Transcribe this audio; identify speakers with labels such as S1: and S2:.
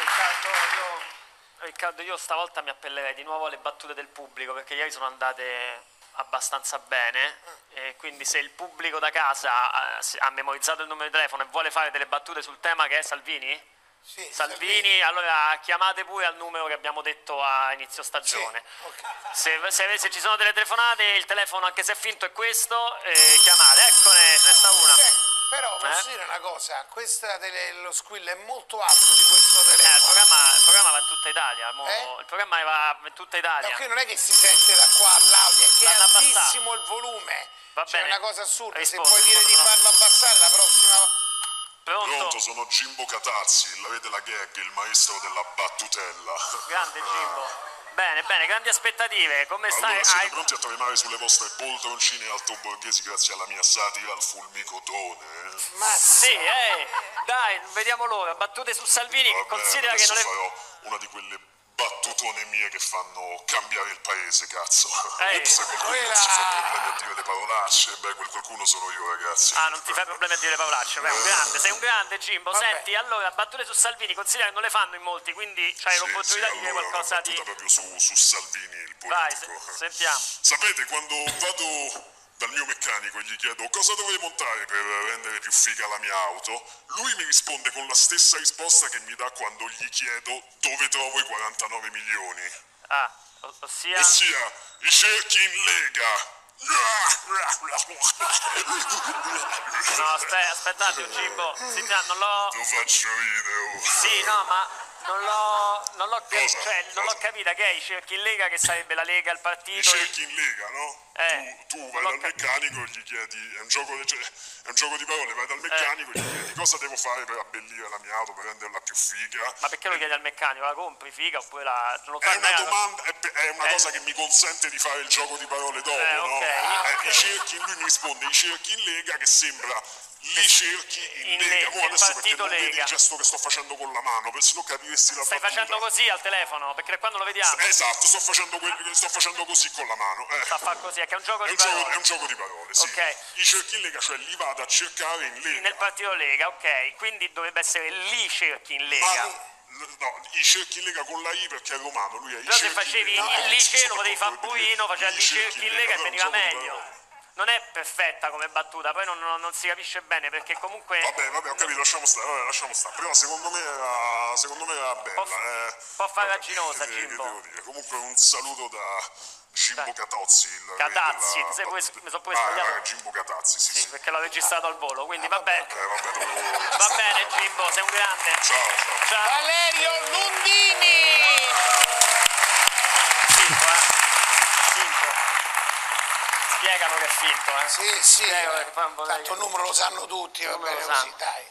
S1: Riccardo, io, Riccardo, io stavolta mi appellerei di nuovo alle battute del pubblico perché ieri sono andate abbastanza bene e quindi se il pubblico da casa eh, si- ha memorizzato il numero di telefono e vuole fare delle battute sul tema che è Salvini,
S2: Sì,
S1: Salvini, allora chiamate pure al numero che abbiamo detto a inizio
S2: Sì,
S1: stagione.
S2: ok.
S1: Se, se- se ci sono delle telefonate, il telefono anche se è finto è questo, eh, chiamate, eccone, ce ne sta una.
S2: Cioè, però posso
S1: Eh?
S2: dire una cosa, questa tele- lo squill è molto alto di questo
S1: Eh, il,
S2: telefono.
S1: programma, il programma va in tutta Italia, mo-
S2: Eh?
S1: il programma va in tutta Italia.
S2: Ma qui non è che si sente da qua all'audio, è che è
S1: Vanno abbassati.
S2: altissimo il volume.
S1: Va
S2: Cioè, è
S1: bene.
S2: una cosa assurda,
S1: Rispondi,
S2: se puoi dire di
S1: rispondi, no.
S2: farlo abbassare la prossima...
S1: Pronto?
S3: Pronto, sono Gimbo Catazzi, l'avete la gag, il maestro della battutella.
S1: Grande Gimbo. Bene, bene, grandi aspettative. Come stai?
S3: Allora siete
S1: Hai-
S3: pronti a tremare sulle vostre poltroncine altoborghesi grazie alla mia satira al fulmicotone?
S2: Ma
S1: Sì, eh. Dai, vediamo l'ora. Battute su Salvini.
S3: Va bene,
S1: Considera che
S3: adesso
S1: non è.
S3: farò una di quelle battutone mie che fanno cambiare il paese, cazzo.
S1: Ehi.
S3: Ops, qualcuno
S2: Quella-
S3: si fa problemi a dire le parolacce, beh, quel qualcuno sono io, ragazzi.
S1: Ah, non ti fai problemi a dire parolacce, beh, un grande, sei un grande Gimbo.
S2: Vabbè.
S1: Senti, allora, battute su Salvini, considera che non le fanno in molti, quindi c'hai
S3: Sì,
S1: l'opportunità
S3: sì,
S1: di dire
S3: allora, una
S1: qualcosa di.
S3: battuta proprio su, su Salvini, il politico.
S1: Vai, se-
S3: ecco.
S1: sentiamo.
S3: Sapete, quando vado dal mio meccanico e gli chiedo cosa dovrei montare per rendere più figa la mia auto, lui mi risponde con la stessa risposta che mi dà quando gli chiedo dove trovo i 49 milioni.
S1: Ah, o- ossia.
S3: Ossia, i cerchi in lega.
S1: No, aspetta, aspetta un attimo, Gimbo. Sentiamo, non l'ho.
S3: Lo faccio ridere. oh.
S1: Sì, no, ma non l'ho. Non l'ho, cap-
S3: Cosa?
S1: cioè, non l'ho
S3: Cosa?
S1: capita che è i cerchi in Lega, che sarebbe la Lega, il
S3: I
S1: partito. il-
S3: cerchi in lega, no?
S1: Eh,
S3: tu, tu
S1: non
S3: vai
S1: l'ho
S3: dal
S1: capito.
S3: meccanico e gli chiedi, è un gioco, di- cioè, è un gioco di parole, vai dal meccanico e gli chiedi cosa devo fare per abbellire la mia auto, per renderla più figa.
S1: Ma perché lo chiedi al meccanico? La compri, figa, oppure la. Non lo so,
S3: È una
S1: non è-
S3: domanda, è, pe- è una
S1: Eh.
S3: cosa che mi consente di fare il gioco di parole dopo,
S1: Eh,
S3: no?
S1: ok.
S3: Eh, I cerchi, lui mi risponde, i cerchi in lega che sembra li cerchi in,
S1: In
S3: lega.
S1: lega,
S3: Mo adesso
S1: il
S3: perché
S1: partito
S3: non vedi
S1: lega.
S3: il gesto che sto facendo con la mano, per se no capiresti la
S1: Stai
S3: battuta.
S1: facendo così al telefono, perché quando lo vediamo.
S3: Esatto, sto facendo, que- sto facendo così con la mano. eh.
S1: Sta a fare così, è che è un gioco
S3: È
S1: di
S3: un, gioco,
S1: parole.
S3: è un gioco di parole, sì.
S1: Ok.
S3: I cerchi in lega, cioè li vado a cercare in lega.
S1: Nel partito Lega, ok, quindi dovrebbe essere lì cerchi in
S3: Ma
S1: Lega.
S3: l- no, i cerchi in lega con la I perché è romano, lui è i
S1: Però se
S3: cerchi
S1: facevi
S3: in lega.
S1: il
S3: No,
S1: liceo lo
S3: sono
S1: potevi fare
S3: proprio
S1: Burino, facevi
S3: i
S1: il cerchi in Lega e
S3: allora è un
S1: veniva
S3: gioco di
S1: meglio.
S3: parole.
S1: Non è perfetta come battuta, poi non, non- non si capisce bene perché comunque...
S3: Vabbè, vabbè, ho capito, lasciamo stare, vabbè, lasciamo stare. Però secondo me era, secondo me era bella.
S1: Un po' f-
S3: eh.
S1: un po' farraginosa,
S3: faraginosa
S1: Gimbo.
S3: Comunque un saluto da
S1: Dai.
S3: Gimbo Catozzi. il re
S1: Catazzi,
S3: della-
S1: ti sei pure- mi sono pure
S3: Ah,
S1: sbagliato.
S3: era Gimbo Catazzi, sì, sì.
S1: Sì, perché l'ho registrato al volo, quindi vabbè.
S3: Eh, vabbè, dovevo-
S1: Va bene Gimbo, sei un grande.
S3: Ciao, ciao.
S1: Ciao.
S2: Valerio Lundini!
S1: Finto, eh. Finto. Spiegalo che è eh. finto, eh.
S2: Sì, sì,
S1: Prego, perché poi non vorrei
S2: tanto il
S1: che-
S2: numero lo sanno tutti, va
S1: Numero
S2: bene
S1: lo
S2: così,
S1: sanno.
S2: dai.